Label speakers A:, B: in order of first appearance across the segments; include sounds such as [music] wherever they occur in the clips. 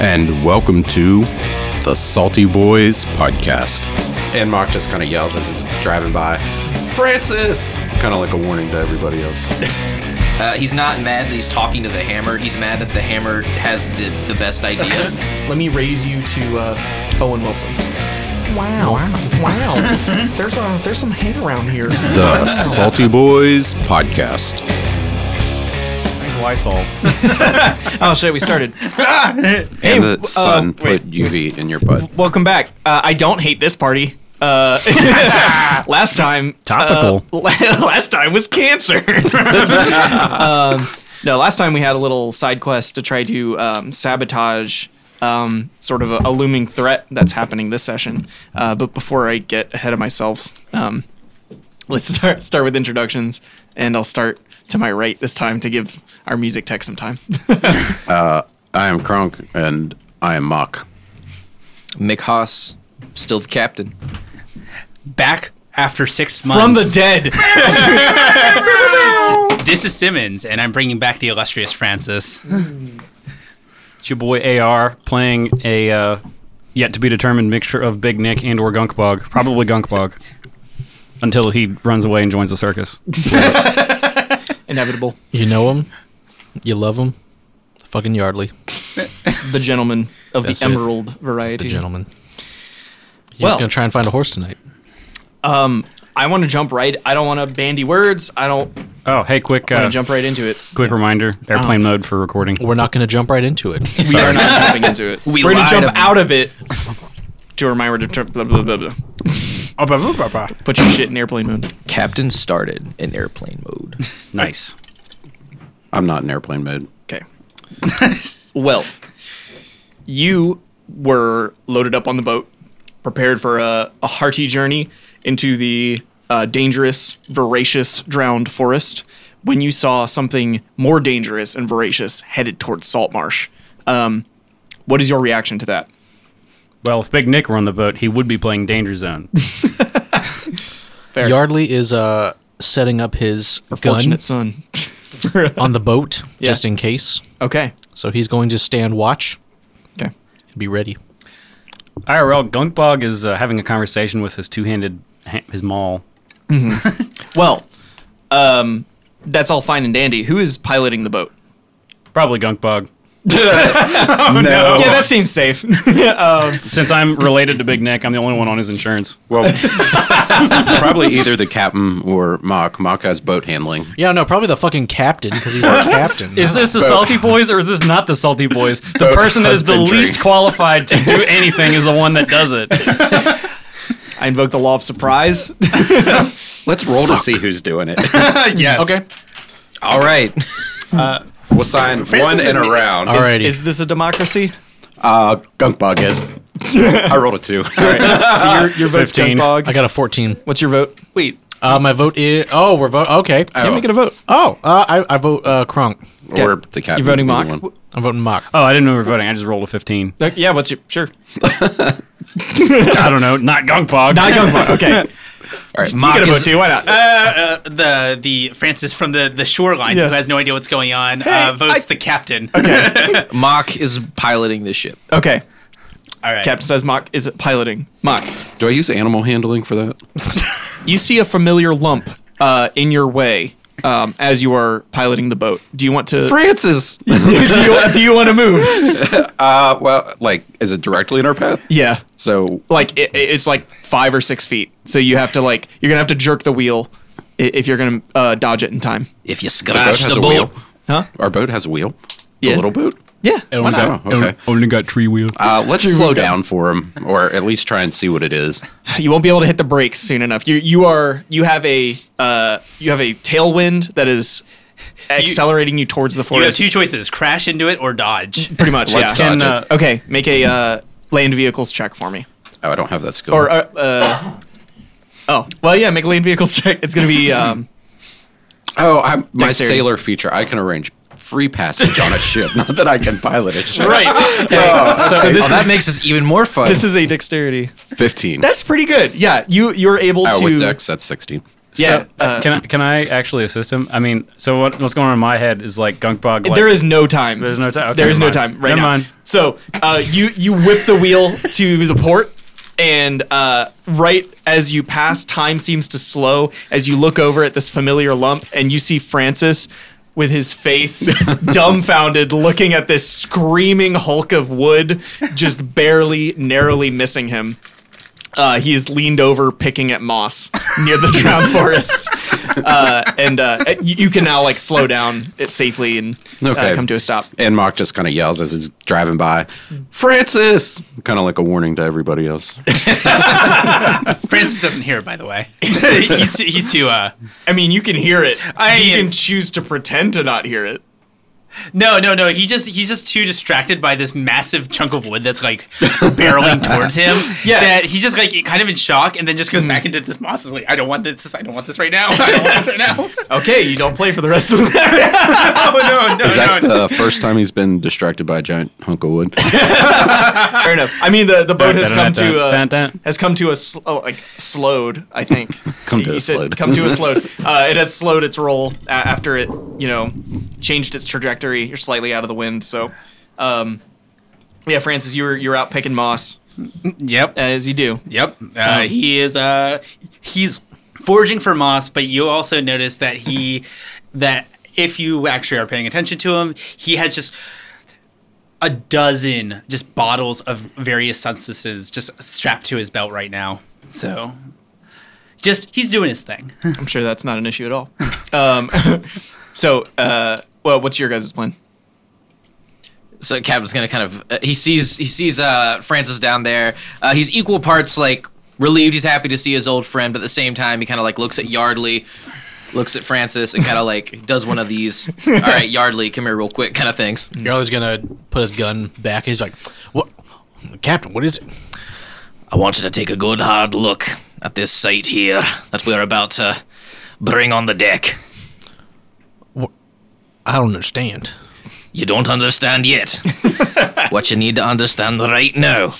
A: and welcome to the Salty Boys podcast.
B: And Mark just kind of yells as he's driving by, Francis! Kind of like a warning to everybody else.
C: Uh, he's not mad that he's talking to the hammer. He's mad that the hammer has the, the best idea.
D: Let me raise you to uh, Owen Wilson. Wow. Wow. there's a, there's some hate around here.
A: The Salty Boys podcast.
D: Lysol. oh shit, we started. hey,
B: [laughs] and
D: w-
B: the sun
D: uh,
B: put UV in your butt.
D: welcome back. Uh, I don't hate this party. Uh, [laughs] last time
E: Topical.
D: uh, [laughs] last time was cancer. [laughs] um, no, last time we had a little side quest to try to um, sabotage um, sort of a, a looming threat that's happening this session. Uh, but before I get ahead of myself, um, let's [laughs] start start with introductions, and I'll start to my right this time to give our music tech some time.
B: I am Kronk and I am Mock.
C: [laughs] Mick Haas, still the captain.
E: back after six months.
D: From the dead.
E: This is Simmons, and I'm bringing back the illustrious
C: [laughs]
E: Francis. It's your boy AR playing a uh, yet to be determined mixture of Big Nick and or Gunkbog, probably Gunkbog, until he runs away and joins the circus.
D: Inevitable.
F: You know him, you love him. Fucking Yardley,
D: The gentleman of
F: That's
D: the
F: it.
D: emerald variety.
F: the gentleman. He's
D: Well-
F: gonna try and find a horse tonight.
D: I want to jump right. I don't want to bandy words. I don't want
E: Oh, hey, quick,
D: to
E: uh,
D: jump right into it.
E: quick reminder: airplane mode for recording.
F: We're not gonna jump right into [laughs] it.
D: We are not jumping into it.
C: We
D: We are going to
C: lied
D: jump
C: about-
D: out of it [laughs] to a reminder to tr- blah, blah, blah, blah. Put your shit in airplane mode.
C: Captain started in airplane mode. [laughs]
E: Nice.
B: I'm not in airplane mode.
D: Okay. well, you were loaded up on the boat, prepared for a, a hearty journey into the uh, dangerous, voracious, drowned forest when you saw something more dangerous and voracious headed towards Salt Marsh. Um, what is your reaction to that?
E: Well, if Big Nick were on the boat, he would be playing Danger [laughs] Zone.
D: Fair.
F: Yardley is uh setting up his gun
D: Fortunate son.
F: on the [laughs] boat
D: Yeah.
F: just in case.
D: Okay.
F: So he's going to stand watch
D: Okay.
F: and be ready.
E: IRL Gunkbog is uh, having a conversation with his two-handed ha- his maul.
D: Well, um, that's all fine and dandy. Who is piloting the boat?
E: Probably Gunkbog.
D: Yeah, that seems safe.
E: Since I'm related to Big Nick, I'm the only one on his insurance.
B: Well, probably either the captain or Mock. Mock has boat handling.
F: Yeah, no, probably the fucking captain because he's [laughs] our captain.
E: Is this the Salty Boys or is this not the Salty Boys? The person that is the
B: husbandry.
E: least qualified to do anything is the one that does it.
D: I invoke the law of surprise.
B: Let's roll to see who's doing [laughs] it.
E: yes.
D: Okay.
C: All right.
D: Uh,
B: we'll sign one and a round.
F: Alrighty.
D: Is this a [laughs] democracy?
B: Uh, Gunk Bog is. I rolled a two. [laughs]
D: So your, your vote's
E: 15.
D: Junk Bog.
F: I got a fourteen.
D: What's your vote? Wait.
F: Uh, my vote is. Oh, we're vote. Okay.
D: You're making a vote.
F: Oh, uh, I I vote uh, Kronk.
B: Or the captain.
D: You're voting
B: either
D: mock.
B: one.
D: W-
F: I'm voting Mock.
E: Oh, I didn't know we were voting. I just rolled a 15.
D: uh, Yeah, what's your. [laughs] Sure.
E: [laughs] I don't know. Not Gunkbog.
D: Not Junk Bog. [laughs] Okay.
E: Mock
D: You get a vote
E: is,
D: too. Why not?
G: the the Francis from the the shoreline
D: Yeah.
G: who has no idea what's going on uh, votes the captain.
C: Mock is piloting the ship.
D: [laughs] Okay.
G: All right.
D: Captain says Mock is piloting. Mock.
B: Do I use animal handling for that?
D: You see a familiar lump uh, in your way um, as you are piloting the boat. Do you want to.
B: Francis.
D: do, [laughs] you, do you want to move?
B: Uh, well, like, is it directly in our path?
D: Yeah.
B: So
D: like it, it- it's like five or six feet. So you have to like you're gonna have to jerk the wheel i- if you're gonna uh, dodge it in time.
C: If you
B: our boat
C: scratch
B: has
C: the
B: a
C: boat.
B: wheel.
D: Huh?
B: Our boat has a wheel. The
C: Yeah.
B: little boat.
D: Yeah.
B: Why not? Oh, okay.
E: only got tree wheel.
D: Ah,
B: Uh, let's slow down for him, or at least try and see what it is.
D: You won't be able to hit the brakes soon enough. You you are you have a uh, you have a tailwind that is accelerating you, towards the
G: You have
D: forest.
G: two choices: crash into it or dodge.
D: pretty much.
B: Let's
D: yeah.
E: Can, uh,
B: dodge
D: Okay. Make a uh, land vehicles check for me.
B: Oh, I don't have that skill.
D: Or uh, uh, oh well yeah make a land vehicles check. It's gonna be um,
B: oh, I'm, my
D: Dexterity.
B: sailor feature. I can arrange free passage on a ship. [laughs] Not that I can pilot a ship.
D: right.
B: so
C: oh, that makes this even more fun.
D: This is a dexterity.
B: fifteen.
D: That's pretty good. Yeah. You you're able
B: oh,
D: to
B: with Dex, that's sixteen.
D: Yeah,
E: So,
D: uh,
E: can I, can I actually assist him? I mean, so what, what's going on in my head is like Gunkbog. Like,
D: there is no time.
E: There's no time. Okay,
D: there is
E: never
D: no
E: mind.
D: time right
E: Never
D: now.
E: mind.
D: So uh, you you whip the
E: [laughs]
D: wheel to the port, and uh, right as you pass, time seems to slow as you look over at this familiar lump, and you see Francis with his face
E: [laughs]
D: dumbfounded, looking at this screaming hulk of wood, just barely narrowly missing him. Uh, he is leaned over, picking at moss near the [laughs] drowned forest, uh, and uh, you, you can now like slow down it safely and
B: Okay.
D: uh, come to a stop.
B: And Mock just kind of yells as he's driving by, Francis! Kind of like a warning to everybody [laughs] else.
G: Francis doesn't hear, by the way. [laughs] he's, he's too. Uh,
D: I mean, you can hear it.
G: I-
D: you can choose to pretend to not hear it.
G: no, no, no. He just he's just too distracted by this massive chunk of wood that's like barreling
B: [laughs]
G: towards him.
D: Yeah.
G: that he's just like kind of in shock, and then just
B: Hmm.
G: goes back into this moss. Is like, I don't want this. I don't want this right now. [laughs] I don't want this right now.
D: Okay, you don't play for the rest of the [laughs] night.
G: oh [laughs] no, no,
B: Is that
G: no.
B: the first time he's been distracted by a giant hunk of [laughs] wood?
D: Fair enough. I mean, the, the boat has come to
E: [laughs] Dun,
D: uh,
E: dun.
D: has come to a sl- oh, like slowed. I think
B: [laughs] Come to
D: You
B: a
D: said
B: slowed.
D: Come to
B: [laughs]
D: a slowed. Uh, it has slowed its roll a- after it you know changed its trajectory. You're slightly out of the wind, so um, yeah, Francis, you were you're out picking moss
G: Yep.
D: as you do.
G: Yep. Uh, he is uh he's foraging for moss, but you also notice that he that if you actually are paying attention to him, he has just a dozen just bottles of various substances just strapped to his belt right now. So just he's doing his thing. [laughs]
D: I'm sure that's not an issue at all.
B: [laughs]
D: Um, [laughs] so, uh, well, what's your guys' plan?
C: So Captain's gonna kind of uh, he sees he sees uh, Francis down there. Uh, he's equal parts like relieved. He's happy to see his old friend, but at the same time he kind of like looks at Yardley, looks at Francis, and kind of like does one of these.
B: [laughs]
C: All right, Yardley, come here real quick, kind of things.
F: Yarley's gonna put his gun back. He's like, "What, Captain? What is it?"
C: I want you to take a good hard look at this site here that we're about to bring on the deck.
F: I don't understand.
C: You don't understand yet. what you need to understand right now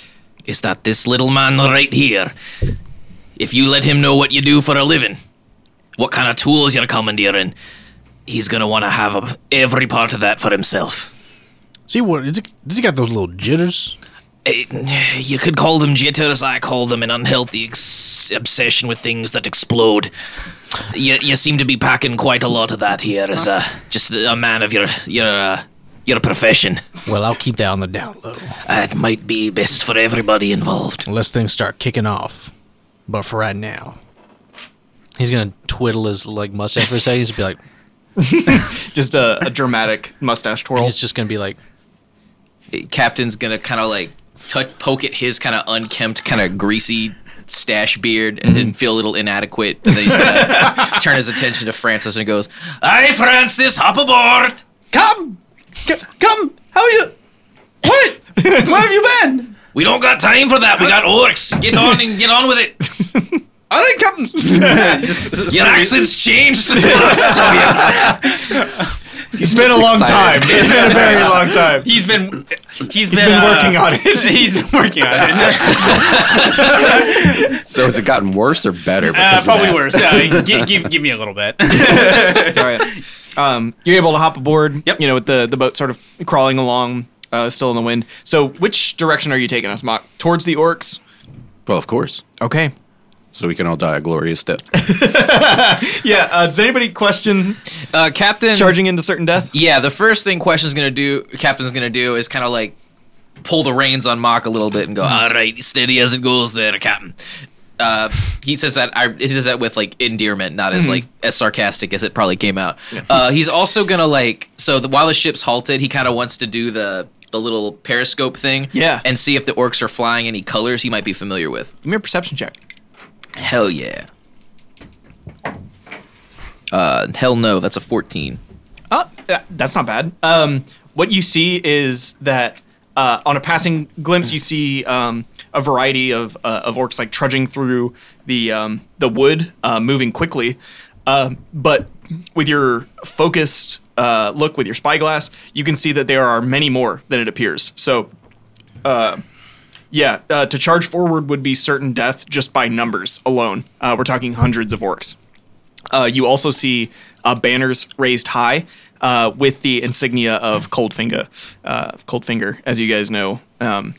C: is that this little man right here, if you let him know what you do for a living, what kind of tools you're commandeering, he's going to want to have a, every part of that for himself.
F: See what is it? Does he got those little jitters?
C: Eh, you could call them jitters, I call them an unhealthy ex- obsession with things that explode. You, you seem to be packing quite a lot of that here as a, just a man of your, your, uh, your profession.
F: Well, I'll keep that on the down low
C: Uh, It might be best for everybody involved.
F: unless things start kicking off. But for right now, he's gonna twiddle his like mustache for a second. He's gonna be like, [laughs]
D: Just a, a dramatic mustache twirl.
F: he's just gonna be like,
C: Eh, Captain's gonna kind of like touch, poke at his kind of unkempt, kind of greasy stash beard and then feel a little inadequate. And then he's gonna [laughs] turn his attention to Francis and goes, "Aye, Francis, hop aboard."
G: Come! C- come! How are you? What?
D: [laughs]
G: Where have you been?
C: We don't got time for that. We got orcs. Get on and get on with it.
G: All right, Captain. [laughs]
C: Your accent's changed since we last saw you.
D: It's been a long
B: excited.
D: time. It's been a [laughs] very long time.
G: He's been he's been,
D: been
G: uh,
D: working
G: [laughs]
D: on it.
G: He's been working on it. [laughs]
B: so has it gotten worse or better? because
G: Uh,
B: of
G: probably
B: that?
G: worse. Uh, give, give, give me a little [laughs] bit.
D: Um, you're able to hop aboard.
G: Yep.
D: You know, with the the boat sort of crawling along, uh, still in the wind. So, which direction are you taking us, Mock? Towards the orcs.
B: Well, of course.
D: Okay.
B: So we can all die a glorious death.
D: [laughs] Yeah. Uh, does anybody question
C: Uh, Captain,
D: charging into certain death?
C: Yeah, the first thing Question's gonna do, Captain's gonna do, is kind of like pull the reins on Mock a little bit and go, "All right, steady as it goes, there, Captain." Uh, he says that. I, he says that with like endearment, not as like as sarcastic as it probably came out. Uh, he's also gonna like so the, while the ship's halted, he kind of wants to do the the little periscope thing,
D: Yeah.
C: and see if the orcs are flying any colors he might be familiar with.
D: Give me a perception check.
C: Hell yeah. Uh, hell no, that's a fourteen.
D: Oh, that- that's not bad. Um, what you see is that uh, on a passing glimpse, you see um, a variety of uh, of orcs like trudging through the um, the wood, uh, moving quickly. Um but with your focused uh, look with your spyglass, you can see that there are many more than it appears. So, uh, yeah, uh, to charge forward would be certain death just by numbers alone. Uh, we're talking hundreds of orcs. Uh, you also see uh, banners raised high uh, with the insignia of Coldfinger. Uh, Coldfinger, as you guys know, um,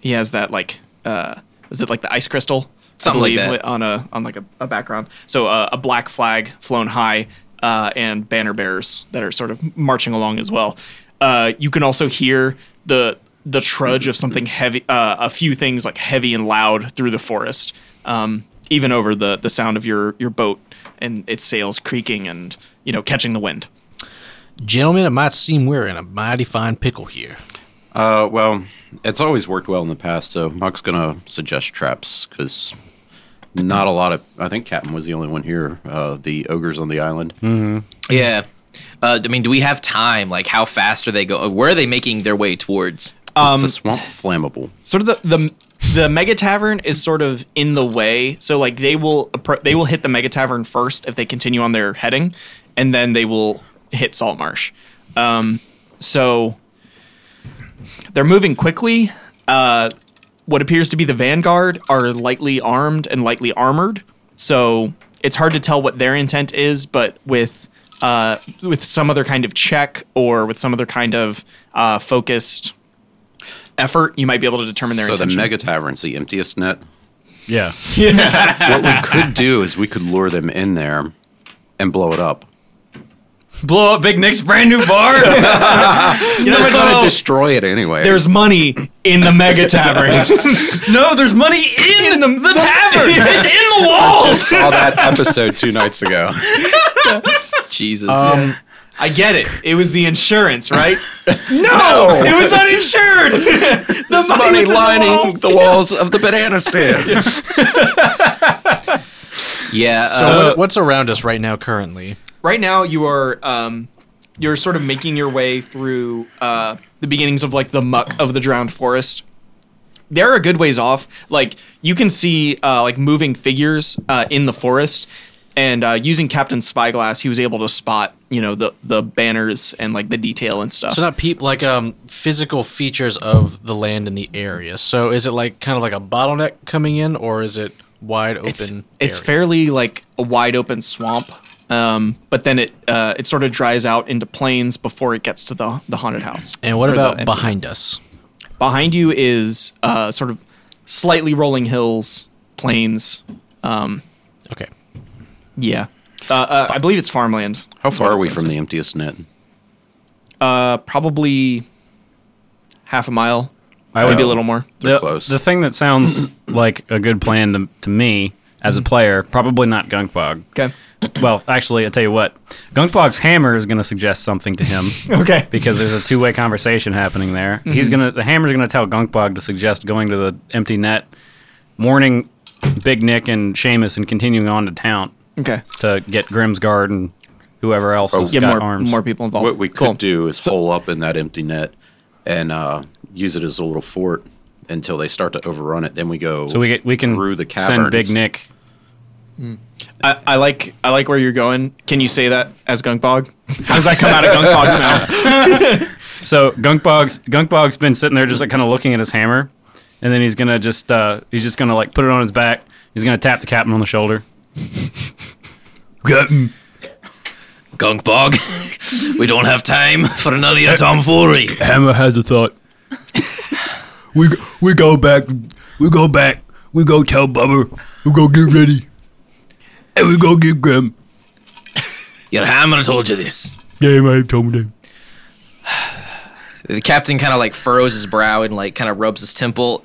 D: he has that like uh, is it like the ice crystal? I
C: Something like that.
D: wi- on a on like a, a background. So uh, a black flag flown high uh, and banner bearers that are sort of marching along as well. Uh, you can also hear the the trudge of something heavy, uh, a few things like heavy and loud through the forest, um, even over the the sound of your your boat and its sails creaking and you know catching the wind.
F: Gentlemen, it might seem we're in a mighty fine pickle here.
B: Uh, well, it's always worked well in the past, so Muck's gonna suggest traps because not a lot of. I think Captain was the only one here. Uh, the ogres on the island.
D: Hmm.
C: Yeah. Uh, I mean, do we have time? Like, how fast are they go? Where are they making their way towards?
D: Uh,
B: Um, the swamp flammable?
D: sort of the the the mega tavern is sort of in the way so like they will appro- they will hit the mega tavern first if they continue on their heading and then they will hit salt marsh um, so they're moving quickly uh, what appears to be the vanguard are lightly armed and lightly armored so it's hard to tell what their intent is but with uh, with some other kind of check or with some other kind of uh, focused effort you might be able to determine their
B: So the
D: intention
B: mega tavern's the emptiest net.
E: Yeah.
B: what we
D: [laughs]
B: could do is we could lure them in there and blow it up.
E: Blow up Big Nick's brand new
F: [laughs]
E: bar.
B: They're gonna
E: no.
B: destroy it anyway.
D: Oh! there's money in the mega tavern.
E: no, there's money in,
D: In
E: the,
D: the-
E: tavern. It's in the
D: [laughs]
E: walls.
B: saw that episode two nights ago.
C: Jesus.
D: [laughs] I get it. It was the insurance, right? [laughs] no, it was [laughs] uninsured. the
B: Money
D: money was in the
B: lining
D: walls.
B: the walls of the banana stand.
C: yeah.
F: So
C: uh,
F: what- what's around us right now currently?
D: Right now, you are um, you're sort of making your way through uh, the beginnings of like the muck of the drowned forest. There are good ways off. Like you can see uh, like moving figures uh, in the forest. And uh, using Captain Spyglass, he was able to spot, you know, the, the banners and like the detail and stuff.
F: So not peop like um physical features of the land in the area. So is it like kind of like a bottleneck coming in, or is it wide open?
D: it's it's
F: area?
D: fairly like a wide open swamp um, but then it uh, it sort of dries out into plains before it gets to the the haunted house
F: And what
D: Or the
F: about
D: empty-
F: behind us?
D: behind you is uh, sort of slightly rolling hills plains
F: Okay,
D: yeah uh, uh, I believe it's farmland
B: How
D: is what
B: far are
D: it
B: we
D: [laughs] says.
B: from the emptiest net?
D: uh, probably half a mile
E: I
D: maybe
E: would-
D: a little more
B: They're
E: the,
B: close.
E: the thing that sounds [clears throat] like a good plan to, to me as
D: Mm-hmm.
E: a player, probably not Gunkbog.
D: okay
E: Well, actually, I tell you what, Gunkbog's hammer is going to suggest something
D: [laughs]
E: to him
D: [laughs] okay
E: because there's a two-way conversation happening there. He's gonna the hammer's gonna tell Gunkbog to suggest going to the empty net, warning Big Nick and Seamus, and continuing on to town
D: okay
E: to get Grimsguard and whoever else
B: Oh,
E: has
D: get
E: got
D: more
E: arms.
D: more people involved
B: What we could
D: cool.
B: do is hole up in that empty net and uh, use it as a little fort until they start to overrun it. Then we go.
E: so we get we can
B: through the
E: send Big
B: caverns.
E: Nick.
D: I, I like I like where you're going can you say that as Gunkbog how does that come out of [laughs] Gunkbog's mouth
E: So Gunkbog's Gunkbog's been sitting there just like kind of looking at his hammer, and then he's gonna just uh, he's just gonna like put it on his back. He's gonna tap the captain on the shoulder. Captain,
C: Gunk bog. we don't have time for another tomfoolery.
E: hammer has a thought. we we go back, we go back, we go tell Bubba, we go get ready, and we go get Grim.
C: Your hammer told you this.
E: Yeah, I told him.
C: The captain kind of like furrows his brow and like kind of rubs his temple.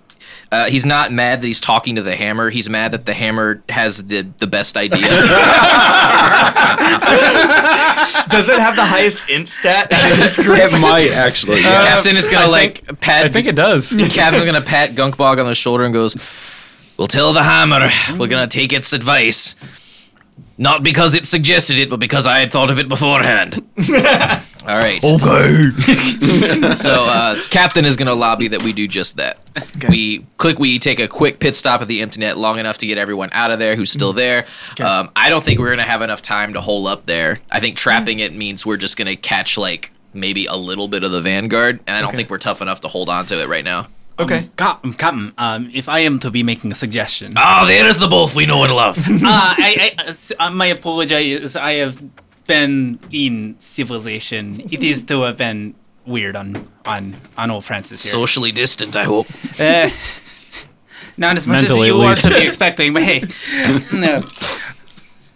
C: Uh, he's not mad that he's talking to the hammer. He's mad that the hammer has the, the best
E: [laughs]
C: idea.
D: Does it have the highest int stat? [laughs]
B: it might actually.
E: [laughs]
C: captain is gonna like pat.
E: I think it does.
C: [laughs] Captain's gonna pat Gunkbog on the shoulder and goes, "We'll tell the hammer. We're gonna take its advice, not because it suggested it, but because I had thought of it beforehand." All right.
E: okay.
C: [laughs] So uh, Captain is gonna lobby that we do just that. We click. We take a quick pit stop at the empty net, long enough to get everyone out of there who's still there. Um, I don't think we're gonna have enough time to hole up there. I think trapping it means we're just gonna catch like maybe a little bit of the vanguard, and I don't think we're tough enough to hold on to it right now.
D: Okay.
G: Captain, Captain, um, if I am to be making a suggestion, uh,
C: Ah, there is the wolf we know and love.
G: I, I, s- uh, my apology is I have been in civilization. It is to have been weird on on on old Francis here.
C: Socially distant, I hope.
G: Uh, not as much
E: Mentally,
G: as
E: at
G: you are
E: least.
G: to be expecting, but
E: [laughs]
G: hey, no.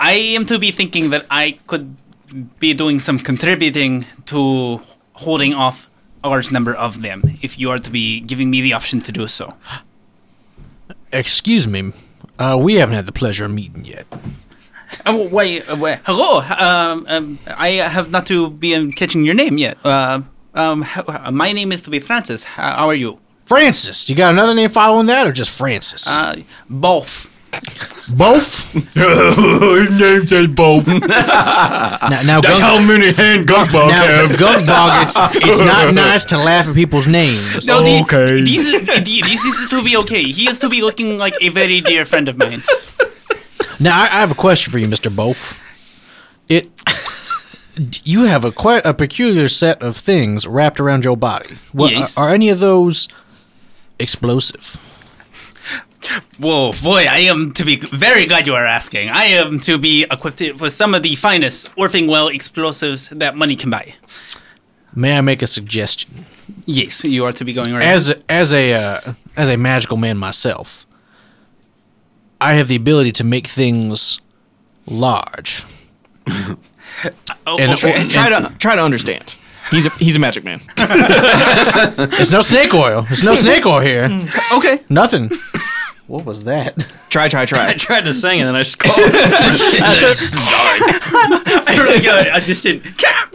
G: I am to be thinking that I could be doing some contributing to holding off a large number of them if you are to be giving me the option to do so.
F: Excuse me. Uh, we haven't had the pleasure of meeting yet.
G: Oh, why, uh, why, hello. Um, um, I have not to be um, catching your name yet. Uh, um, h- uh, my name is to be Francis. How, how are you?
F: Francis, you got another name following that, or just Francis?
G: Uh, both.
F: both.
E: Names ain't both.
F: [laughs] now, now, Gung,
E: How many hand [laughs] gunkbog
F: now Gunkbog, it's, it's not nice to laugh at people's names.
G: No, the,
E: Okay.
G: This, is- the- this is to be okay. He is to be looking like a very dear friend of mine.
F: Now, I, I have a question for you, Mister Both. It. [laughs] You have a quite a peculiar set of things wrapped around your body. What,
G: Yes.
F: Are any of those explosive?
G: Whoa, boy, I am to be very glad you are asking. I am to be equipped with some of the finest orphan well explosives that money can buy.
F: May I make a suggestion?
G: Yes, you are to be going right.
F: as a, as a uh, as a magical man myself, I have the ability to make things large.
G: oh,
F: and-
G: okay.
F: and-
D: Try to try to understand. He's a he's a magic man.
F: There's no snake oil. There's no snake oil here.
D: Okay.
F: Nothing. What was that?
D: Try try [laughs] try.
E: tried to sing and then I
D: [laughs]
E: just called.
G: [laughs] I really got a distant cap.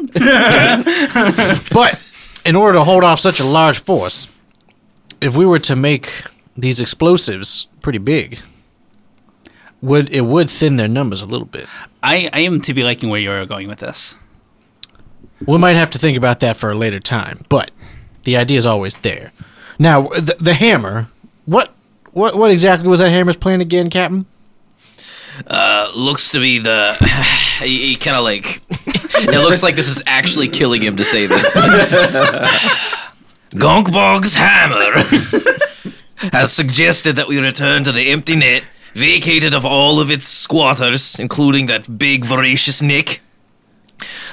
F: But in order to hold off such a large force, if we were to make these explosives pretty big, would it would thin their numbers a little bit?
G: I, I am to be liking where you are going with this.
F: We might have to think about that for a later time, but the idea is always there. Now, the, the hammer. What what what exactly was that hammer's plan again, Captain?
C: looks to be the [sighs] he, he kind of like [laughs] it looks like this is actually killing him to say this [laughs] gonkbog's hammer [laughs] has suggested that we return to the empty net vacated of all of its squatters including that big voracious nick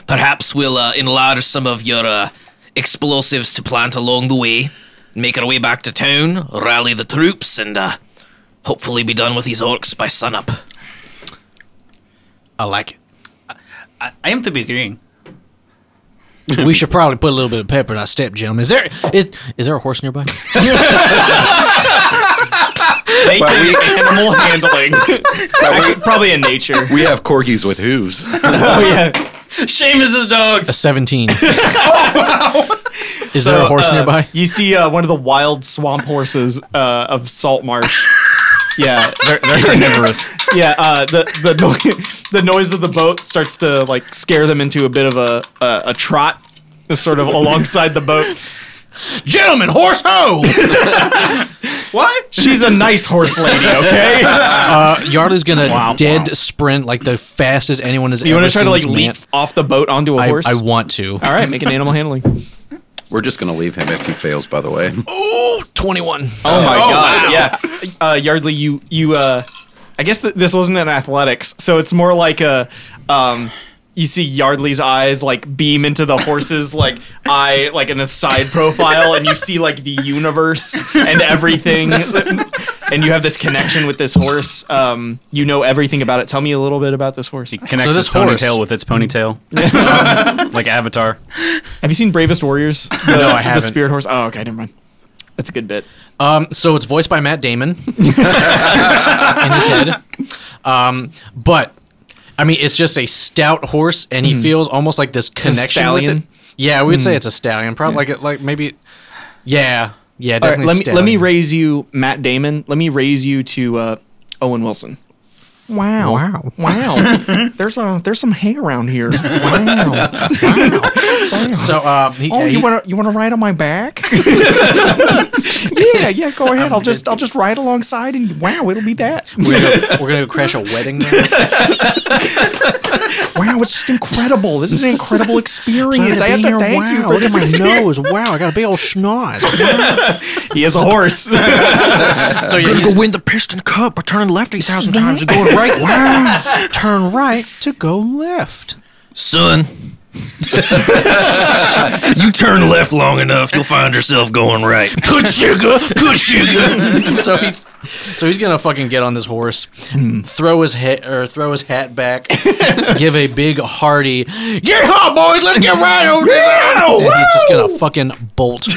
C: perhaps we'll uh, enlarge some of your uh, explosives to plant along the way make our way back to town rally the troops and uh, hopefully be done with these orcs by sunup
F: I like [laughs]
G: I, I am to be agreeing.
F: it. we should probably put a little bit of pepper in our step, gentlemen. Is there is is there a horse nearby?
D: [laughs] Animal handling. Actually, probably in nature.
B: We have corgis with hooves.
D: Oh yeah.
E: Seamus' his
F: A
E: dogs.
F: [laughs]
E: Seventeen.
F: Is there a horse
D: Uh,
F: nearby?
D: You see uh, one of the wild swamp horses uh, of Salt [laughs] Marsh. yeah,
E: They're, they're
B: [laughs]
E: carnivorous.
D: yeah. Uh, the the noise [laughs] the noise of the boat starts to like scare them into a bit of a a, a trot, sort of alongside the boat.
F: Gentlemen, horse ho!
G: What?
D: She's a nice horse lady. [laughs] Okay.
F: Yardley's gonna dead sprint like the fastest anyone has
D: you
F: ever
D: want to try
F: seen
D: to like
F: this
D: leap
F: man.
D: off the boat onto a
F: I,
D: horse?
F: I want to.
D: All right, make an animal [laughs] handling. Oh
B: We're just gonna leave him if he fails. By
E: [laughs]
B: the way,
F: Oh, 21.
D: my
E: Oh,
D: god! Yeah, uh, Yardley, you you. Uh, I guess th- this wasn't in athletics, so it's more like a. Um, you see Yardley's eyes like beam into the
E: [laughs]
D: horse's like eye, like in a side profile, and you see like the universe and
E: [laughs]
D: everything, and you have this connection with this horse. Um, you know everything about it. Tell me a little bit about this horse.
E: Connects
F: So
E: so this
F: this horse-
E: ponytail with its ponytail, [laughs] like Avatar.
D: Have you seen Bravest Warriors? The,
F: No, I
D: The
F: haven't.
D: Spirit Horse. Oh, okay, never mind. That's a good bit.
F: Um, so it's voiced by
D: [laughs]
F: Matt Damon in his head. Um, but I mean, it's just a stout horse, and he feels almost like this
D: Hmm. a
F: connection with
D: stallion? Hmm.
F: it. Yeah, we would say it's a stallion, probably like it, like maybe. Yeah, yeah,
D: All right,
F: definitely.
D: let me let me
F: stallion.
D: raise you, Matt Damon. Let me raise you to uh, Owen Wilson. Wow. Wow. [laughs] Wow. there's a there's some hay around here. Wow.
F: So, um, he,
D: Oh,
F: he-
D: you want to you want to ride on my back?
F: [laughs]
D: yeah, yeah. Go ahead. I'll just I'll just ride alongside, and wow, it'll be
F: [laughs]
D: that.
F: we're gonna, we're gonna crash a wedding. now?
D: [laughs] Wow, it's just incredible. This is an
F: [laughs]
D: incredible experience.
F: Sorry
D: I have to
F: be here.
D: thank
F: wow,
D: you for
F: look
D: this
F: at my
D: experience.
F: nose. Wow, I got a big old schnoz.
D: [laughs] He [laughs] is a horse.
F: [laughs] so you're gonna go win the Piston Cup by turning left eight thousand times and going [laughs] right. Wow, turn right to go left.
H: [laughs] Son, you turn left long enough, you'll find yourself going right. Good sugar, good sugar.
C: [laughs]
F: so he's so he's gonna fucking get on this horse, throw his hat or throw his hat [laughs] back, give a big hearty yeehaw, boys, let's get right over this. And he's just gonna fucking bolt.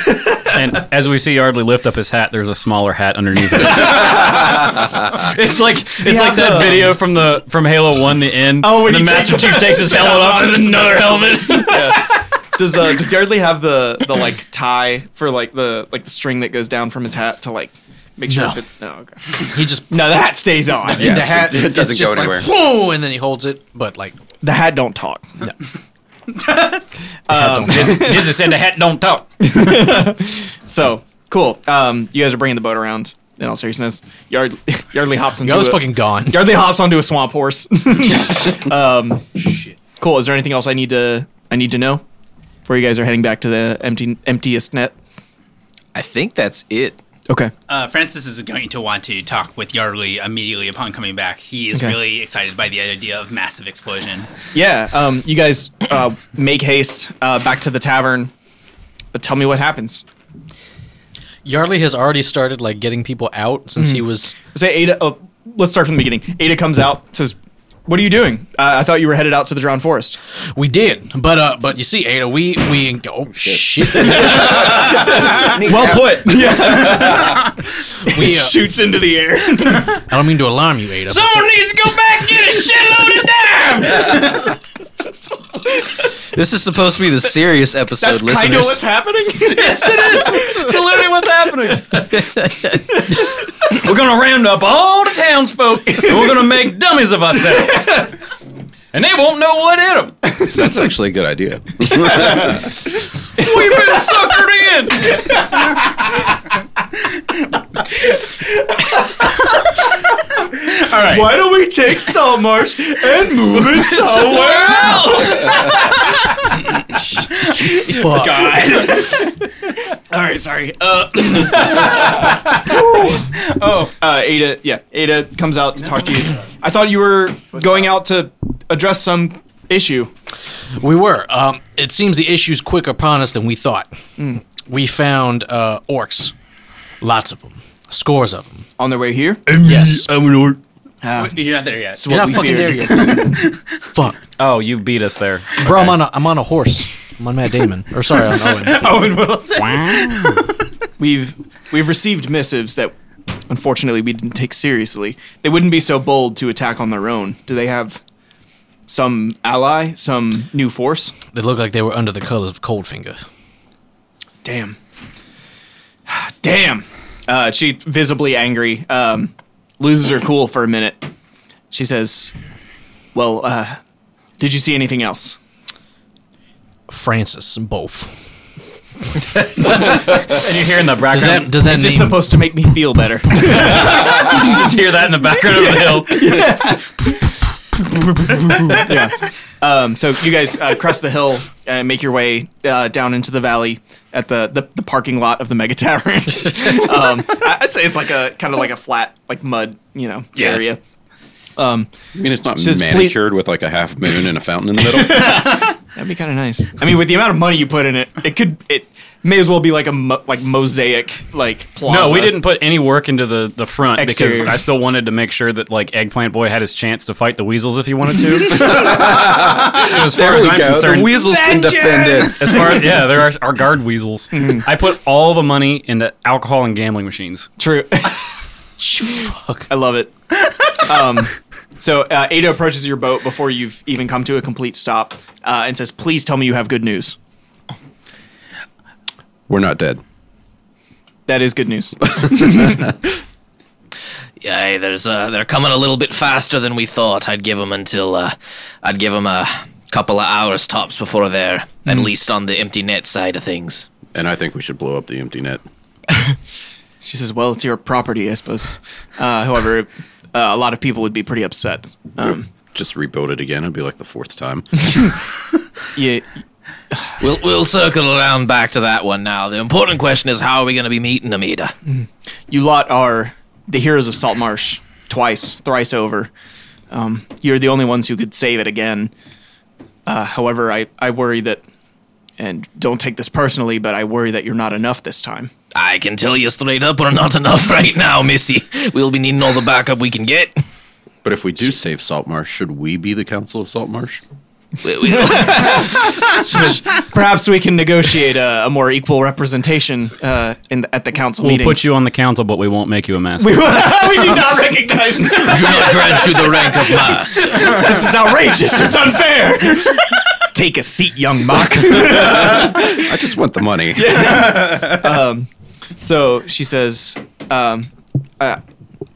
E: And as we see Yardley lift up his hat, there's a smaller hat underneath it. it's like it's
D: how
E: like that
D: the-
E: video from the from Halo One, the end.
D: Oh, when
E: the
D: you take
E: Master
D: the-
E: Chief takes his helmet off, and there's another helmet. [laughs]
D: does uh, does Yardley have the the like tie for like the like the string that goes down from his hat to like make sure
F: No.
D: if it's no okay.
B: [laughs]
F: He just
D: No, the hat stays on.
F: the hat
B: it
F: it's
B: doesn't
F: just
B: go
F: like,
B: anywhere.
F: Whoa, and then he holds it, but like
D: The hat don't talk.
E: Jesus said the hat don't talk.
D: So cool. Um, you guys are bringing the boat around. In all seriousness, Yard [laughs] Yardley hops into
F: I was
D: a-
F: fucking gone.
D: Yardley hops onto a swamp horse. [laughs] um, Cool. Is there anything else I need to I need to know before you guys are heading back to the empty emptiest net?
C: I think that's it.
D: Okay.
G: Uh, Francis is going to want to talk with Yardley immediately upon coming back. He is
D: Okay.
G: really excited by the idea of massive explosion.
D: Yeah. Um, you guys uh, make haste uh, back to the tavern. Uh, tell me what happens.
F: Yardley has already started like getting people out since he was
D: Say Ada. Oh, let's start from the beginning. Ada comes out. Says, "What are you doing? Uh, I thought you were headed out to the drowned forest."
F: we did. But uh but you see, Ada, we we oh shit.
D: Well put. Yeah.
F: [laughs] we uh,
D: Shoots into the air.
F: I don't mean to alarm you, Ada. but
H: Someone needs to go back and get a shitload of dimes.
C: This is supposed to be the serious episode,
D: That's kind of
C: listeners.
D: what's
G: [laughs]
D: happening.
C: That's literally what's happening.
E: [laughs] We're gonna round up all the townsfolk, and we're gonna make dummies of ourselves, and they won't know what hit them.
B: That's actually a good idea.
E: We've been suckered in.
D: Why don't we take Saltmarsh and move
E: [laughs]
D: it somewhere?
E: [laughs]
F: fuck.
G: All right, sorry. Uh,
D: Uh, Ada, yeah, Ada comes out to talk to you. I thought you were going out to address some issue.
F: We were. Um, it seems the issue's quicker upon us than we thought. We found uh, orcs, lots of them, scores of them.
D: On their way here,
F: yes,
H: I'm an orc.
G: You're not there yet.
F: we're not fucking there yet. Fuck,
E: Oh, you beat us there.
F: bro, I'm on a, I'm on a horse. I'm on Matt Damon, or sorry, on Owen.
G: Owen Wilson.
D: we've we've received missives that, unfortunately, we didn't take seriously. They wouldn't be so bold to attack on their own. Do they have some ally, some new force?
F: They look like they were under the colors of Coldfinger.
D: Damn. [sighs] Damn. Uh, she visibly angry, um, loses her cool for a minute. She says, "Well, uh, did you see anything else?"
F: Francis, both.
E: And you hear in the
F: Does
E: background.
F: that does that
D: Is this
F: name
D: supposed to make me feel better?
E: you just hear that in the background of the hill.
D: um, so you guys uh, crest the hill and make your way uh, down into the valley at the, the, the parking lot of the mega
F: [laughs]
D: tavern. um, I- I'd say it's like a kind of like a flat, like mud, you know, area.
B: I mean, it's not
D: Just please-
B: manicured with like a half moon and a fountain in the
E: [laughs]
B: middle.
D: That'd be kind of nice. I mean, with the amount of money you put in it, it could it may as well be like a mo- like mosaic like plaza.
E: No, we didn't put any work into the, the front
D: Exterior.
E: because I still wanted to make sure that like Eggplant Boy had his chance to fight the weasels if he wanted to. so as far as I'm concerned,
C: weasels can defend us.
E: as far as, yeah, there are our guard weasels. I put all the money into alcohol and gambling machines.
F: [laughs]
D: True. I love it. Um, so uh, Ada approaches your boat before you've even come to a complete stop uh, and says, "Please tell me you have good news."
B: we're not dead.
D: That is good news.
C: Aye, there's uh, they're coming a little bit faster than we thought. I'd give them until uh, I'd give them a couple of hours tops before they're at
H: Mm.
C: least on the empty net side of things.
B: And I think we should blow up the empty net.
D: [laughs] She says, "Well, it's your property, I suppose." Uh, however, uh, a lot of people would be pretty upset. Um,
B: Just rebuild it again. It'd be like the fourth
E: [laughs]
B: time.
D: yeah,
C: We'll we'll circle around back to that one now. The important question is how are we going to be meeting Amida?
D: you lot are the heroes of Salt Marsh twice, thrice over. Um, you're the only ones who could save it again. Uh, however, I, I worry that, and don't take this personally, but I worry that you're not enough this time.
C: I can tell you straight up, we're not enough [laughs] right now, Missy. We'll be needing all the backup we can get.
B: But if we do save Saltmarsh, should we be the Council of Saltmarsh?
C: We- we-
D: [laughs] Perhaps we can negotiate a, a more equal representation uh, in the, at the council
E: We'll
D: meetings.
E: put you on the council, but we won't make you a
D: [laughs]
E: master.
D: we
E: [laughs]
D: do not recognize. this
C: do not grant you the rank of master.
D: is outrageous. It's unfair. Take a seat, young mock.
B: I just want the money.
D: So she says, um, uh,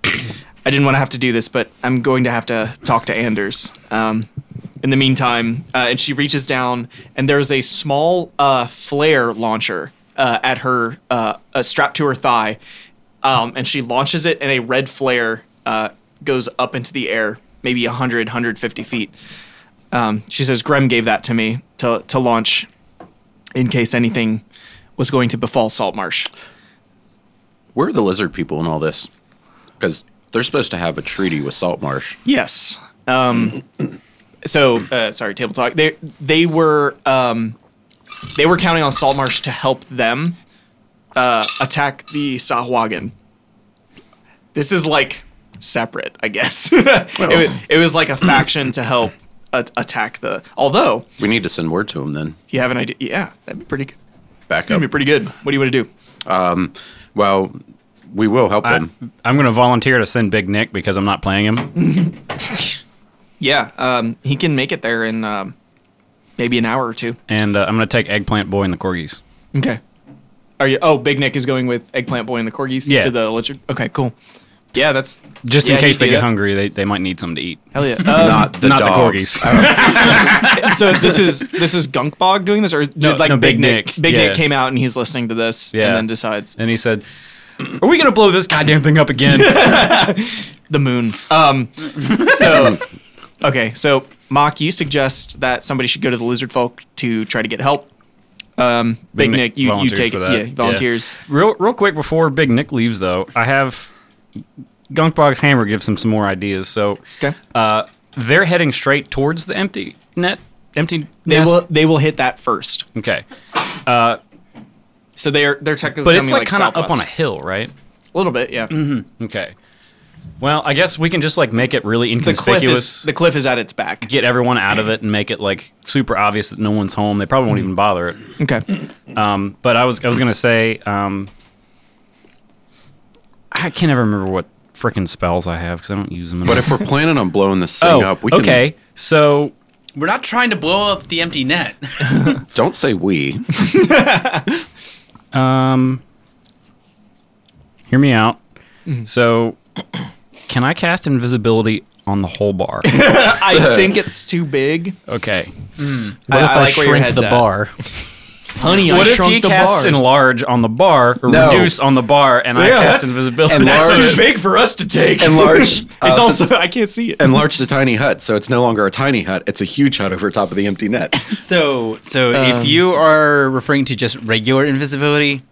D: I didn't want to have to do this, but I'm going to have to talk to Anders. Um, in the meantime, uh, and she reaches down, and there's a small uh, flare launcher uh, at her, uh, uh, strapped to her thigh, um, and she launches it, and a red flare uh, goes up into the air, maybe 100, 150 feet. Um, she says, Grem gave that to me to, to launch in case anything was going to befall Saltmarsh.
B: Where are the lizard people in all this? Because they're supposed to have a treaty with Saltmarsh.
D: Yes. Um, so uh, sorry, table talk. They they were um, they were counting on Saltmarsh to help them uh, attack the Sahwagan. This is like separate, I guess. [laughs] it, was, it was like a faction to help a- attack the. Although,
B: We need to send word to them then.
D: if you have an idea, yeah, that'd be pretty. good.
B: Back
D: That'd
B: up.
D: be pretty good. What do you want to do?
B: Well, we will help
E: I,
B: them.
E: I'm going to volunteer to send Big Nick because I'm not playing him.
D: Yeah, um, he can make it there in um, maybe an hour or two.
E: And uh, I'm going to take Eggplant Boy and the Corgis.
D: Okay. Are you? Oh, Big Nick is going with Eggplant Boy and the Corgis
E: Yeah.
D: to the lizard. Okay, cool. Yeah, that's
E: Just
D: Yeah,
E: in
D: you
E: case they
D: do
E: get
D: that.
E: hungry, they, they might need something to eat.
D: hell yeah.
E: [laughs]
D: Uh,
B: not the
E: not the
B: dogs.
D: [laughs]
E: Corgis.
D: so this is this is Gunkbog doing this, or did
E: No,
D: like
E: no,
D: Big
E: Big
D: Nick?
E: Nick,
D: Big
E: yeah.
D: Nick came out and he's listening to this,
E: Yeah.
D: and then decides
E: And he said, Are we going to blow this goddamn thing up again?
D: the
E: [laughs]
D: moon. Um, so [laughs] okay, so Mock, you suggest that somebody should go to the lizard folk to try to get help. Um, Big, Nick, you, you
E: volunteers
D: take
E: for
D: it.
E: that.
D: Yeah, volunteers.
E: Real, real quick before Big Nick leaves, though, I have Gunkbog's hammer gives him some more ideas. So
D: Okay,
E: uh, they're heading straight towards the empty net. Empty.
D: they
E: nest.
D: will they will hit that first.
E: Okay,
D: So they're they're technically,
E: but it's
D: coming,
E: like, kind of up
D: southwest.
E: on a hill, right?
D: a little bit, yeah.
E: Okay. Well, I guess we can just like make it really
D: The cliff
E: inconspicuous.
D: is the cliff is at its back.
E: get everyone out of it and make it like super obvious that no one's home. They probably won't even bother it.
D: Okay.
E: But I was I was gonna say, um, I can't ever remember what freaking spells I have because I don't use them.
B: But if we're planning on blowing this thing
E: oh,
B: up, we
E: okay. So
G: We're not trying to blow up the empty net.
B: can. Don't say we.
E: hear me out. Mm-hmm. So can I cast invisibility on the whole [laughs] bar?
D: I think it's too big.
E: Okay.
F: What if
D: I
F: I,
D: like where your
F: shrink
D: head's
F: the
D: at.
F: bar?
D: Honey,
E: What
D: I
E: if he
D: shrunk the
E: casts
D: bar.
E: enlarge on the bar or
B: No.
E: reduce on the bar, and I
D: Yeah,
E: cast
D: that's-
E: invisibility?
B: Enlarge-
D: big for us to take.
B: Enlarge.
D: [laughs] it's also I can't see it.
B: enlarge the tiny hut, so it's no longer a tiny hut. It's a huge hut over top of the empty net.
G: So, so if
E: Um,
G: you are referring to just regular invisibility,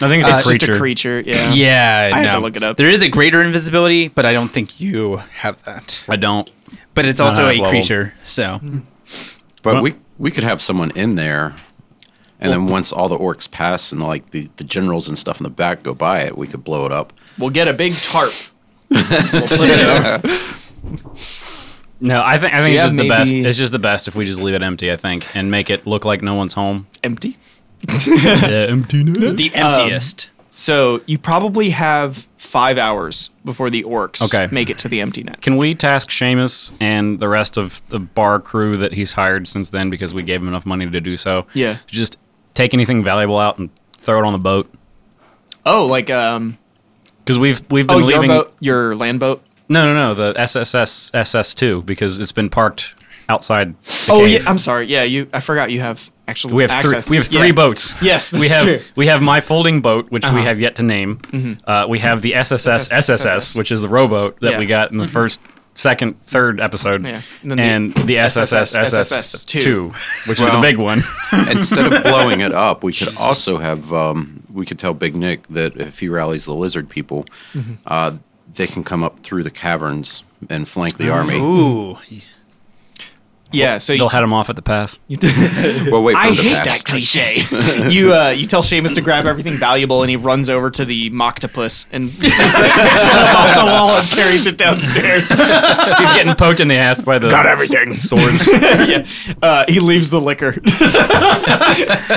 E: I think it's a
D: It's
E: creature.
D: uh, just a creature. Yeah.
G: yeah,
D: I had
G: no.
D: to look it up.
G: There is a greater invisibility, but I don't think you have that.
E: I don't.
G: But it's
D: Uh-huh.
G: also
E: Uh,
G: a
E: well-
G: creature, so
B: But
E: Well-
B: we we could have someone in there, and then once all the orcs pass and like the, the generals and stuff in the back go by it, we could blow it up.
D: We'll get a big tarp.
E: No, I think I
D: yeah,
E: think it's just the best.
D: maybe-
E: It's just the best if we just leave it empty. I think and make it look like no one's home.
D: Empty.
E: [laughs] yeah, empty.
G: the emptiest.
D: So you probably have five hours before the orcs
E: Okay.
D: make it to the empty net.
E: Can we task Seamus and the rest of the bar crew that he's hired since then because we gave him enough money to do so?
D: Yeah.
E: to Just take anything valuable out and throw it on the boat.
D: Oh, like um
E: because we've we've been
D: Oh, your
E: leaving.
D: boat, your land boat.
E: No, no, no. The SSS SS2 because it's been parked outside. The
D: Oh
E: cave.
D: yeah, I'm sorry. Yeah, you. I forgot you have actually
E: we have
D: access.
E: three. We have three
D: Yeah.
E: boats.
D: Yes,
E: we
D: that's
E: have
D: true.
E: we have my folding boat, which we have yet to name. Uh, we have the SSS
D: SSS,
E: SSS, which is the rowboat that we
D: Yeah.
E: got in the first, second, third episode,
D: Yeah.
E: and,
D: And then the
E: the SSS
D: SSS
E: SSS two,
D: two.
E: which is the big one.
B: Instead of blowing it up, we could also have um, we could tell Big Nick that if he rallies the lizard people, uh, they can come up through the caverns and flank the army.
G: Ooh.
D: Yeah, so
E: They'll
D: you,
E: head them off at the pass.
B: Well, wait for
D: I
B: him to
D: hate
B: pass.
C: [laughs]
D: that cliche. [laughs] you uh, you tell Seamus to grab everything valuable, and he runs over to the octopus and [laughs] picks it up off the wall and carries it downstairs. [laughs]
E: He's getting poked in the ass by the
D: everything.
E: swords.
D: yeah, uh, he leaves the liquor.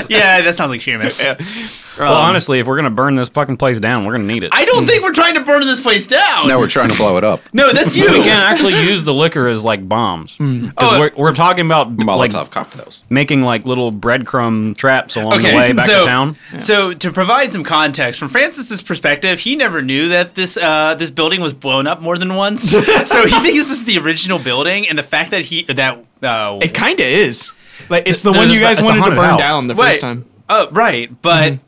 G: Yeah, that sounds like Seamus.
E: well,
D: Um,
E: honestly, if we're gonna burn this fucking place down, we're gonna need it.
G: I don't think we're trying to burn this place down.
B: Now we're trying to blow it up.
D: [laughs]
G: No, that's you.
E: we can actually use the liquor as like bombs because we're, we're talking about
B: Molotov
E: like
B: cocktails.
E: making like little breadcrumb traps along the way back
G: so,
E: to town.
G: So to provide some context, from Francis's perspective, he never knew that this uh, this building was blown up more than once. so he thinks this is the original building, and the fact that he that uh,
D: It kind of is. Like it's the
E: No,
D: one
E: it's
D: you
E: the-
D: guys
E: it's the
D: wanted to
E: haunted
D: burn
E: house.
D: down the
G: Wait.
D: first time.
G: Oh, right, but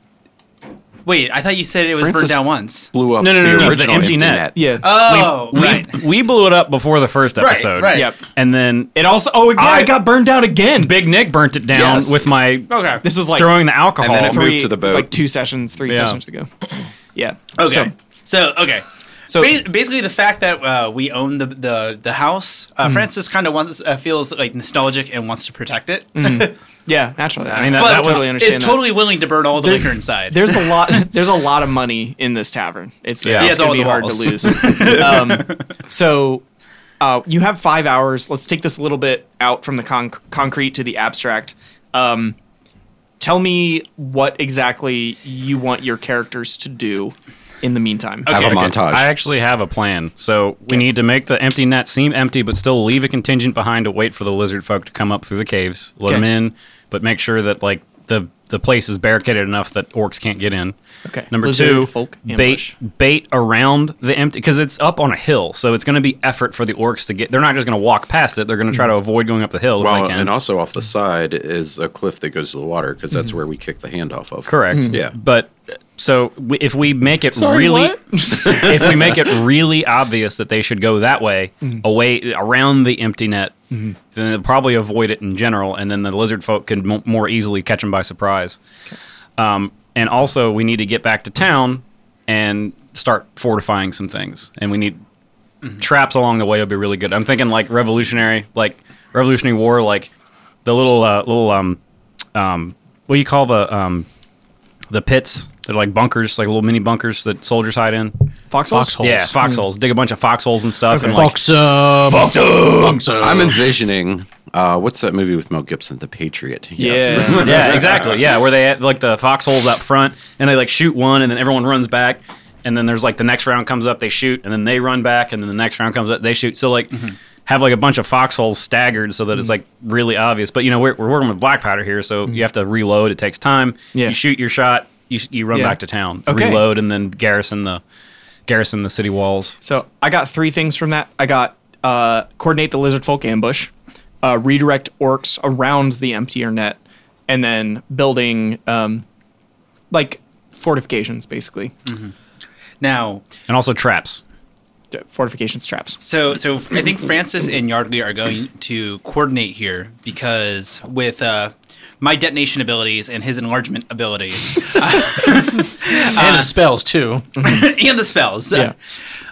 G: wait, I thought you said it was burned down once.
B: Blew up
E: No, no, no,
B: the
E: no, no, the
B: original
E: empty net.
D: Yeah.
G: Oh,
E: we,
G: right.
E: we blew it up before the first episode.
G: right.
D: yep.
E: And then
D: It also. Oh, yeah,
E: I-
D: it got burned down again.
E: Big Nick burnt it down
B: Yes.
E: with my
G: Okay.
D: This was like
E: throwing the alcohol.
B: And then it
D: three,
B: moved to the boat.
D: like two sessions, three
E: Yeah.
D: sessions ago. Yeah.
G: okay. So, okay.
D: So, so
G: Ba- basically, the fact that uh, we own the the, the house, uh, Francis kind of wants uh, feels like nostalgic and wants to protect it,
D: yeah, naturally.
E: I mean, that,
G: but
E: that was
D: totally under-
G: is
D: understand that.
G: totally willing to burn all the
D: There-
G: liquor inside.
D: There's [laughs] a lot. There's a lot of money in this tavern. It's
E: Yeah.
D: yeah.
E: He
D: It's
G: has
D: gonna
G: all
D: be
G: the
D: hard
G: walls.
D: to lose. [laughs] um, so uh, you have five hours. Let's take this a little bit out from the con- concrete to the abstract. Um, tell me what exactly you want your characters to do in the meantime.
B: Have a
G: Okay, okay.
B: montage.
E: I actually have a plan. So we need to make the empty net seem empty, but still leave a contingent behind to wait for the lizard folk to come up through the caves. Let
D: Okay.
E: them in, but make sure that like the the place is barricaded enough that orcs can't get in.
D: Okay.
E: Number
D: Lizard
E: two,
D: folk ambush.
E: bait bait around the empty because it's up on a hill, so it's going to be effort for the orcs to get. They're not just going to walk past it. They're going to
D: Hmm.
E: try to avoid going up the hill if
B: Well,
E: they can.
B: and also off the side is a cliff that goes to the water because that's where we kick the hand off of.
E: Mm-hmm. Correct.
B: Yeah.
E: But uh, so we, if we make it really,
D: what?
E: [laughs] if we make it really obvious that they should go that way, away around the empty net, then they'll probably avoid it in general, and then the lizard folk can m- more easily catch them by surprise. Um, and also, we need to get back to town and start fortifying some things, and we need traps along the way would be really good. I'm thinking like revolutionary, like revolutionary war, like the little uh, little um um what do you call the um the pits? They're like bunkers, like little mini bunkers that soldiers hide in.
D: Foxholes.
F: Foxholes.
E: Yeah,
D: Hmm.
E: foxholes. Dig a bunch of foxholes and stuff, and
D: [laughs]
E: like
F: Fox. Uh,
B: I'm envisioning uh, what's that movie with Mel Gibson, The Patriot? [laughs]
D: [laughs] Yeah.
E: yeah, exactly. Yeah, where they had, like the foxholes up front, and they like shoot one, and then everyone runs back, and then there's like the next round comes up, they shoot, and then they run back, and then the next round comes up, they shoot. So like.
D: Mm-hmm.
E: Have like a bunch of foxholes staggered so that
D: Mm.
E: it's like really obvious. But you know we're, we're working with black powder here, so you have to reload. It takes time.
D: Mm-hmm. Yeah.
E: You shoot your shot, you, you run
D: Yeah.
E: back to town,
D: Okay.
E: reload, and then garrison the garrison the city walls.
D: So I got three things from that. I got uh, coordinate the lizard folk ambush, uh, redirect orcs around the emptier net, and then building um, like fortifications, basically
E: Mm.
G: now,
E: and also traps.
D: D- fortifications traps.
G: so so I think Francis and Yardley are going to coordinate here because with uh, my detonation abilities and his enlargement abilities [laughs]
E: Uh,
F: and his spells too.
E: mm-hmm.
G: and the spells,
D: Yeah.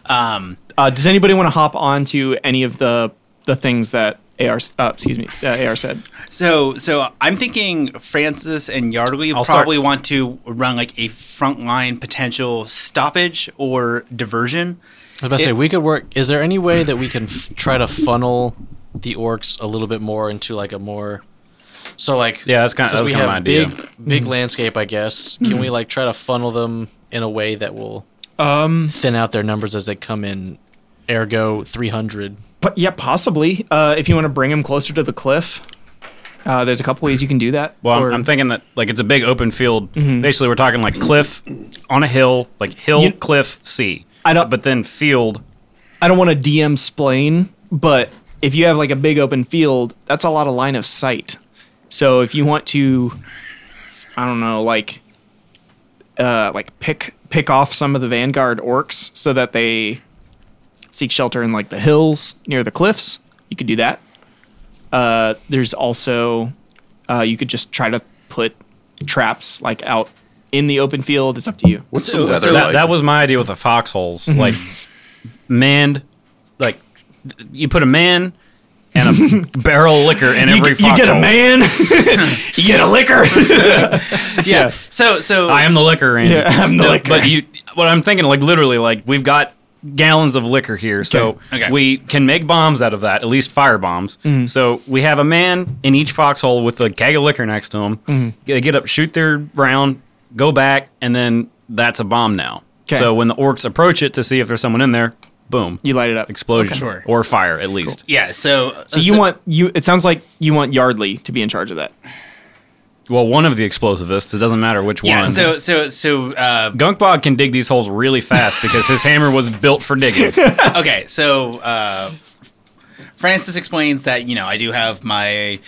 G: um,
D: Uh, does anybody want to hop on to any of the the things that AR? Uh, excuse me, uh, AR said.
G: So, so I'm thinking Francis and Yardley
E: I'll
G: probably
E: start.
G: want to run like a frontline potential stoppage or diversion.
F: I was about to say we could work. Is there any way that we can f- try to funnel the orcs a little bit more into like a more so like
E: Yeah, that's kinda- that
F: 'cause
E: was
F: we
E: kinda my
F: have
E: idea. Mm-hmm.
F: big big landscape I guess can we like try to funnel them in a way that will
D: Um,
F: thin out their numbers as they come in ergo 300
D: but yeah, possibly. Uh, if you want to bring them closer to the cliff, uh, there's a couple ways you can do that. Or-
E: Well,
D: Mm-hmm.
E: I'm, I'm thinking that like it's a big open field. Basically, we're talking like cliff on a hill, like hill,
D: You-
E: cliff, sea.
D: I don't.
E: but then field.
D: I don't want to DM splain, but if you have like a big open field, that's a lot of line of sight. So if you want to, I don't know, like, uh, like pick pick off some of the vanguard orcs so that they seek shelter in like the hills near the cliffs, you could do that. Uh, there's also, uh, you could just try to put traps like out in the open field. It's up to you.
B: What's
G: So-
B: the weather
G: so
E: That,
B: like?
E: that was my idea with the foxholes.
D: Mm-hmm.
E: Like manned, like you put a man and
D: [laughs]
E: a barrel of liquor in every foxhole.
D: man, you get a liquor. [laughs] [laughs] yeah.
G: So so
E: I am the liquor, Randy.
D: Yeah, I'm the liquor.
E: But you, what I'm thinking, like literally, like we've got gallons of liquor here, so
G: Okay. Mm-hmm.
E: we can make bombs out of that, at least fire bombs. So we have a man in each foxhole with a keg of liquor next to him.
G: Mm-hmm.
E: They get up, shoot their round, go back, and then that's a bomb now.
D: 'Kay.
E: So when the orcs approach it to see if there's someone in there, boom,
D: You light it up.
E: explosion
G: Sure.
E: or fire at least.
G: yeah, so
D: So you want you? It sounds like you want Yardley to be in charge of that.
E: Well, one of the explosivists. It doesn't matter which
G: yeah,
E: one.
G: so so so uh,
E: Gunkbog can dig these holes really fast because his hammer was built for
G: [laughs]
E: digging.
G: okay, so uh, Francis explains that you know I do have my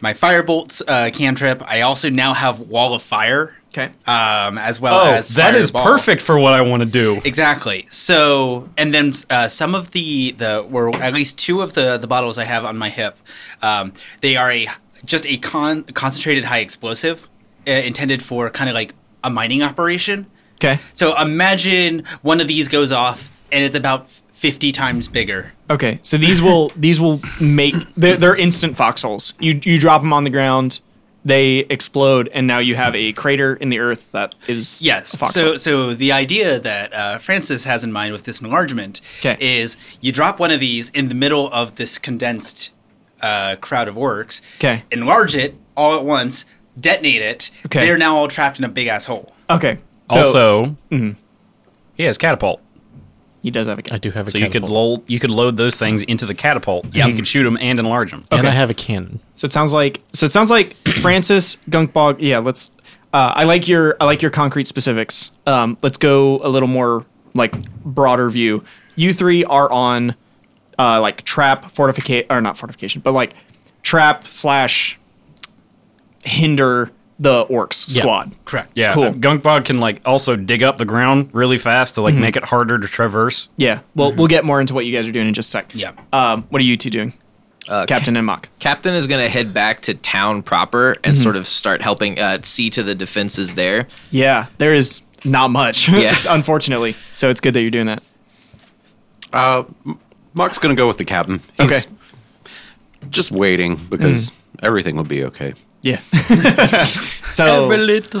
G: my firebolt uh, cantrip. I also now have wall of fire.
D: Okay.
G: Um, as well
E: Oh,
G: as
E: that is
G: Fireball.
E: perfect for what I want to do.
G: Exactly. So, and then uh, some of the the or at least two of the the bottles I have on my hip, um, they are a just a con concentrated high explosive uh, intended for kind of like a mining operation.
D: Okay.
G: So imagine one of these goes off and it's about fifty times bigger.
D: Okay. So these will these will make they're, they're instant foxholes. You you drop them on the ground, they explode, and now you have a crater in the earth that is
G: Yes.
D: a foxhole.
G: So, so the idea that uh, Francis has in mind with this enlargement
D: 'Kay.
G: is you drop one of these in the middle of this condensed uh, crowd of orcs,
D: 'Kay.
G: enlarge it all at once, detonate it.
D: 'Kay.
G: They're now all trapped in a big ass hole.
D: okay. So mm-hmm.
E: also, he has catapult,
D: he does have a
F: I
D: cat.
F: do have a
E: so
F: catapult.
E: you could load you could load those things into the catapult. and he could shoot them and enlarge them.
F: And I
D: Okay.
F: have a cannon.
D: So it sounds like so it sounds like [clears throat] Francis Gunkbog. Yeah. Let's. Uh, I like your I like your concrete specifics. Um, let's go a little more like broader view. You three are on uh, like trap fortification or not fortification, but like trap slash hinder the orcs
F: Yeah.
D: squad.
G: Correct.
E: Yeah,
D: Cool.
E: Gunkbog can like also dig up the ground really fast to like
D: Mm-hmm.
E: make it harder to traverse.
D: Yeah. Well, we'll get more into what you guys are doing in just a sec.
G: Yeah.
D: Um, what are you two doing, Captain and Mock?
C: Captain is going to head back to town proper and sort of start helping uh, see to the defenses there.
D: Yeah. There is not much.
C: Yeah.
D: [laughs] unfortunately. So it's good that you're doing that.
B: Mark's gonna go with the captain. He's
D: Okay.
B: just waiting because
E: Mm-hmm.
B: everything will be okay.
E: [laughs]
D: Yeah. so
E: little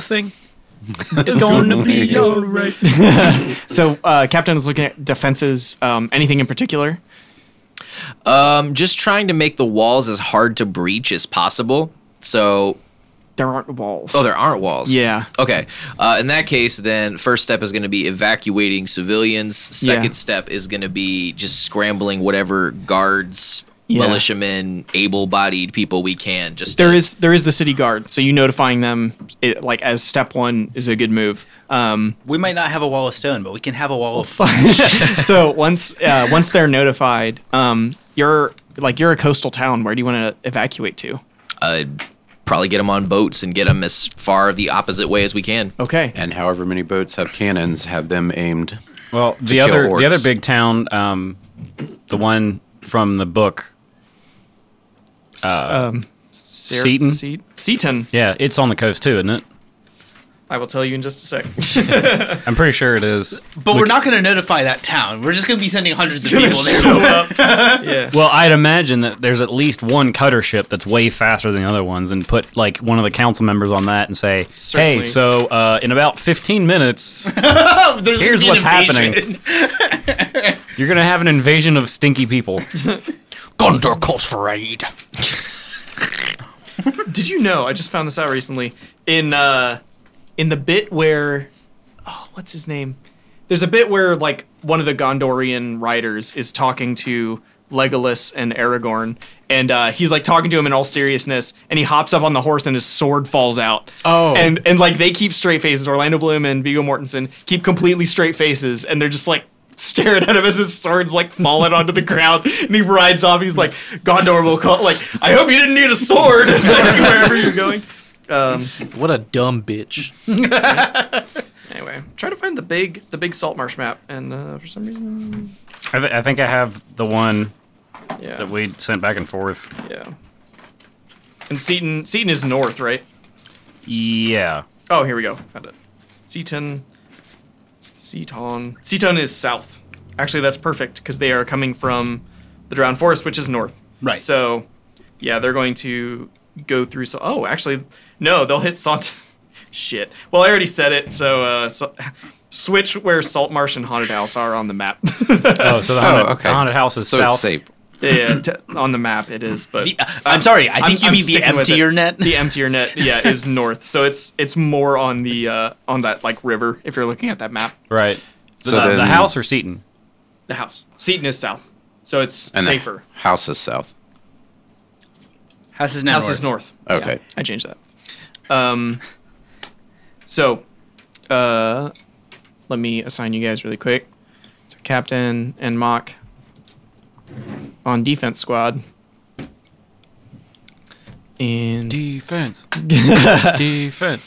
D: [laughs]
E: thing.
D: So, uh, Captain is looking at defenses. Um, anything in particular?
C: I'm just trying to make the walls as hard to breach as possible. So,
D: There aren't walls.
C: oh, there aren't walls.
D: Yeah.
C: Okay. Uh, in that case, then first step is going to be evacuating civilians. Second
D: Yeah.
C: step is going to be just scrambling whatever guards,
D: Yeah.
C: militiamen, able-bodied people we can. Just
D: There
C: to-
D: is there is the city guard. So you notifying them it, like as step one is a good [laughs] move. Um,
G: We might not have a wall of stone, but we can have a wall of
D: so once uh, once they're notified, um, you're like you're a coastal town. Where do you want to evacuate to?
C: uh, probably get them on boats and get them as far the opposite way as we can.
D: Okay.
B: And however many boats have cannons, have them aimed.
E: Well, the
B: kill
E: other
B: orcs.
E: the other big town, um, the one from the book.
D: Sarah-
E: Seton?
D: Se- Seton.
E: Yeah, it's on the coast too, isn't it?
D: I will tell you in just a sec. [laughs]
E: I'm pretty sure it is.
G: But we're not going to notify that town. We're just going to be sending hundreds of people there.
E: Well, I'd imagine that there's at least one cutter ship that's way faster than the other ones, and put like one of the council members on that and say,
D: Certainly.
E: "Hey, so uh, in about 15 minutes,
G: There's gonna
E: here's
G: be an
E: what's
G: invasion.
E: happening.
A: [laughs]
E: You're gonna have an invasion of stinky people."
H: Gondor calls for aid.
D: Did you know? I just found this out recently. In uh, in the bit where, oh, what's his name? There's a bit where like one of the Gondorian riders is talking to Legolas and Aragorn, and uh, he's like talking to him in all seriousness, and he hops up on the horse and his sword falls out.
F: Oh.
D: and and like they keep straight faces. Orlando Bloom and Viggo Mortensen keep completely straight faces, and they're just like staring at him as his sword's like falling onto the ground, and he rides off. He's like, Gondor will call. Like, I hope you didn't need a sword [laughs] wherever you're going. Um,
F: What a
E: [laughs]
F: dumb bitch.
D: anyway, try to find the big the big salt marsh map, and uh, for some reason,
E: I, th- I think I have the one
D: yeah,
E: that we sent back and forth.
D: yeah. And Seaton Seaton is north, right?
E: Yeah.
D: Oh, here we go. Found it. Seaton. Seaton. Seaton is south. Actually, that's perfect because they are coming from the Drowned Forest, which is north.
G: Right.
D: So, yeah, they're going to go through. So, oh, actually, no, they'll hit Sont. [laughs] Shit. Well, I already said it. So, uh, so switch where Salt Marsh and Haunted House are on the map. [laughs]
E: Oh, so the haunted,
A: okay.
E: the haunted house is
A: So
E: south.
A: it's safe.
D: yeah, t- on the map it is, but
G: The- uh, I'm sorry. I think
D: I'm-
G: you
D: I'm
G: mean the
D: sticking with it.
G: emptier net.
D: the emptier net yeah
G: [laughs]
D: is north so it's it's more on the uh on that like river if you're looking at that map
E: Right. So
A: So
E: the, the
A: then-
E: house or Seton?
D: the house seaton is south so it's
A: And the
D: safer
A: House is south.
G: House is now
D: house
G: north.
D: is north
A: Okay.
D: Yeah, i changed that um so uh let me assign you guys really quick so captain and mock on defense squad and [laughs]
E: Defense. Defense.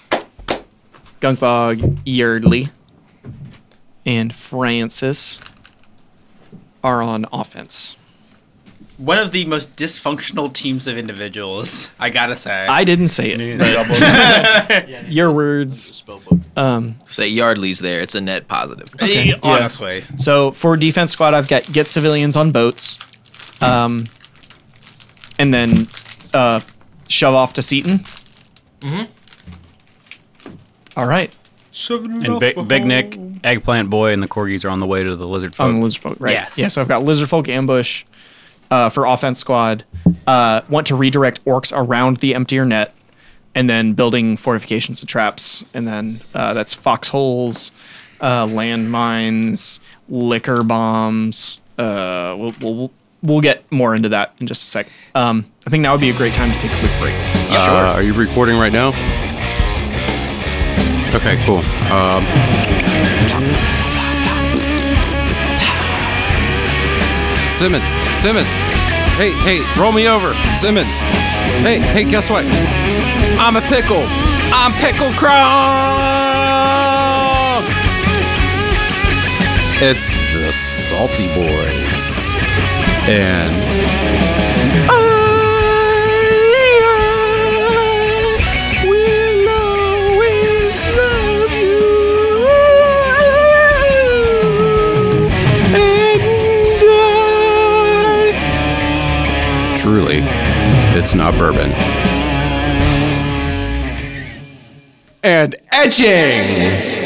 D: Gunkbog Yardley and Francis are on offense.
G: One of the most dysfunctional teams of individuals. I gotta say.
D: I didn't say it. but- Your words. Um,
C: Say Yardley's there. It's a net positive.
G: Eh, Honestly,
D: so for defense squad, I've got get civilians on boats, um, and then uh, shove off to Seaton. Mm-hmm. right,
E: And Big, Big Nick, Eggplant Boy, and the Corgis are on the way to the Lizard
A: Oh,
E: Folk.
D: on the Um, lizard folk, right?
G: Yes.
D: Yeah. So I've got lizard folk ambush uh, for offense squad. Uh, want to redirect orcs around the emptier net, and then building fortifications and traps, and then uh, that's foxholes, uh, landmines, liquor bombs. Uh, we'll, we'll we'll- we'll get more into that in just a sec. Um, I think now would be a great time to take a quick break.
A: Uh, are you recording right now? Okay, cool. Um, Simmons, Simmons. Hey, hey, roll me over, Simmons. Hey, hey, guess what? I'm a pickle. I'm pickle Krog. It's the Salty Boys, and Truly, it's not bourbon. And etching!